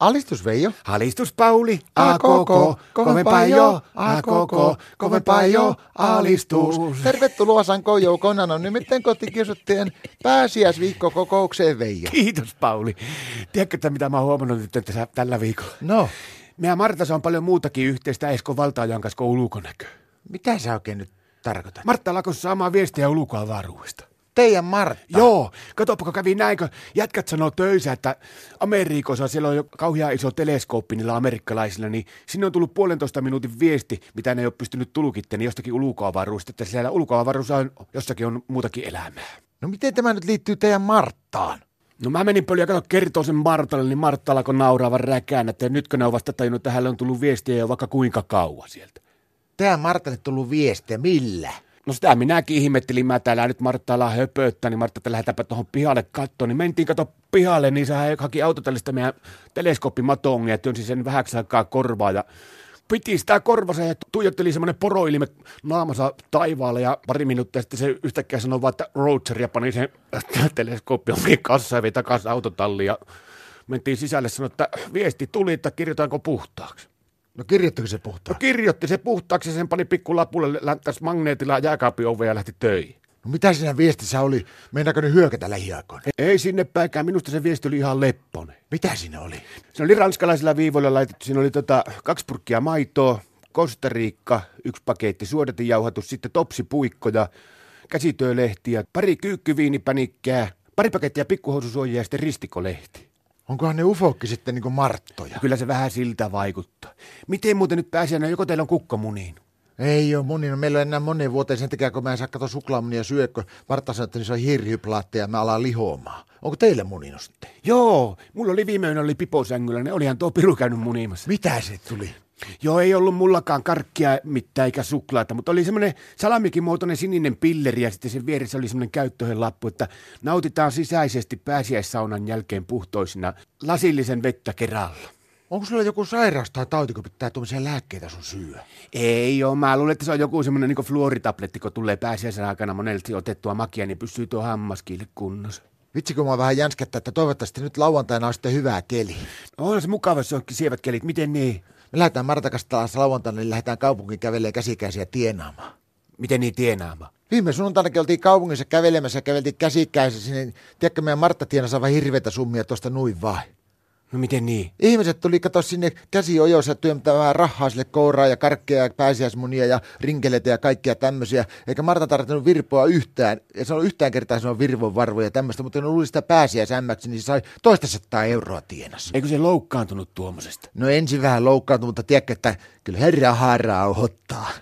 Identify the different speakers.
Speaker 1: Alistus Veijo.
Speaker 2: Alistus Pauli, a koko,
Speaker 1: koko,
Speaker 2: kovempaa jo, a koko, kovempaa jo, alistus.
Speaker 1: Tervetuloa Sanko Joukona, no nimittäin kotikiusatteen pääsiäisviikkokokoukseen Veijo.
Speaker 2: Kiitos Pauli. Tiedätkö, että mitä mä oon huomannut nyt tässä, tällä viikolla?
Speaker 1: No,
Speaker 2: Meidän Martassa on paljon muutakin yhteistä Esko Valtaajan kanssa kuin ulkonäkö.
Speaker 1: mitä sä oikein nyt tarkoitat?
Speaker 2: Martta alkoi saamaan viestiä ulkoavaruudesta.
Speaker 1: Teidän Martta.
Speaker 2: Joo, katoppa kun kävi näin, kun jätkät sanoo töissä, että Amerikossa siellä on jo kauhean iso teleskooppi niillä amerikkalaisilla, niin sinne on tullut puolentoista minuutin viesti, mitä ne ei ole pystynyt tulkittamaan niin jostakin ulkoavaruudesta, että siellä ulkoavaruudessa on, jossakin on muutakin elämää.
Speaker 1: No miten tämä nyt liittyy teidän Marttaan?
Speaker 2: No mä menin pöliä kato kertoo sen Martalle, niin Martta alkoi nauraavan räkään, että nytkö ne on vasta tajunnut, että hänelle on tullut viestiä jo vaikka kuinka kauan sieltä.
Speaker 1: Teidän Martalle tullut viestiä, millä?
Speaker 2: No sitä minäkin ihmettelin, mä täällä nyt Martta ala höpöttää, niin Martta, että lähdetäänpä tuohon pihalle kattoon. Niin mentiin kato pihalle, niin sehän haki autotallista meidän teleskooppimatongia, työnsi sen vähäksi aikaa korvaa ja piti sitä korvansa ja tuijotteli semmoinen poroilme naamansa taivaalle ja pari minuuttia sitten se yhtäkkiä sanoi vaan, että Roger ja pani sen teleskooppi onkin kassa ja vei takaisin autotalliin ja mentiin sisälle sanoi, että viesti tuli, että kirjoitanko puhtaaksi.
Speaker 1: No kirjoittiko se
Speaker 2: No
Speaker 1: puhtaan?
Speaker 2: kirjoitti se puhtaaksi ja sen pani pikku lapulle, länttäisi magneetilla jääkaapin ovea ja lähti töihin.
Speaker 1: No mitä siinä viestissä oli? Meinaako ne hyökätä lähiaikoina?
Speaker 2: Ei sinne päinkään, minusta se viesti oli ihan lepponen.
Speaker 1: Mitä siinä oli?
Speaker 2: Se oli ranskalaisilla viivoilla laitettu, siinä oli tota, kaksi purkkia maitoa, Kostariikka, yksi paketti suodatinjauhatus, sitten topsipuikkoja, käsityölehtiä, pari kyykkyviinipänikkää, pari pakettia pikkuhoususuojia ja sitten ristikolehti.
Speaker 1: Onkohan ne ufokki sitten niin kuin Marttoja?
Speaker 2: Kyllä se vähän siltä vaikuttaa. Miten muuten nyt pääsiäinen, joko teillä on kukkamuniin?
Speaker 1: Ei ole moni, no meillä on enää moneen vuoteen sen takia, kun mä en saa katsoa suklaamunia syö, kun Martta sanoi, että niissä on hirhyplaatteja ja mä alan lihoamaan. Onko teillä munino sitten?
Speaker 2: Joo, mulla oli viime yönä oli piposängyllä, ne olihan tuo piru käynyt munimassa.
Speaker 1: Mitä se tuli?
Speaker 2: Joo, ei ollut mullakaan karkkia mitään eikä suklaata, mutta oli semmoinen salamikin muotoinen sininen pilleri ja sitten sen vieressä oli semmoinen käyttöön lappu, että nautitaan sisäisesti pääsiäissaunan jälkeen puhtoisina lasillisen vettä kerralla.
Speaker 1: Onko sulla joku sairaus tai tauti, kun pitää tuommoisia lääkkeitä sun syö?
Speaker 2: Ei oo, mä luulen, että se on joku semmoinen niin fluoritabletti, kun tulee pääsiäisen aikana monelti otettua makia, niin pysyy tuo hammaskiille kunnossa.
Speaker 1: Vitsi, kun mä vähän jänskättä, että toivottavasti nyt lauantaina on sitten hyvää keli.
Speaker 2: On se mukava, jos onkin sievät kelit, miten niin?
Speaker 1: Me lähdetään Martakasta taas lauantaina, niin lähdetään kaupunkiin kävelemään käsikäisiä tienaamaan.
Speaker 2: Miten niin tienaama?
Speaker 1: Viime sunnuntainakin oltiin kaupungissa kävelemässä ja käveltiin käsikäisiä sinne. Tiedätkö, meidän Martta tienasi aivan hirveitä summia tuosta noin vai?
Speaker 2: No miten niin?
Speaker 1: Ihmiset tuli katsoa sinne käsiojoissa työmtämään rahaa sille kouraa ja karkkeja ja pääsiäismunia ja rinkeleitä ja kaikkia tämmöisiä. Eikä Marta tarvinnut virpoa yhtään. Ja se on yhtään kertaa se on virvon varvoja ja tämmöistä, mutta ne luuli sitä pääsiäisämmäksi, niin se sai toista sataa euroa tienassa.
Speaker 2: Eikö se loukkaantunut tuommoisesta?
Speaker 1: No ensin vähän loukkaantui, mutta tiedätkö, että kyllä herra haaraa ottaa.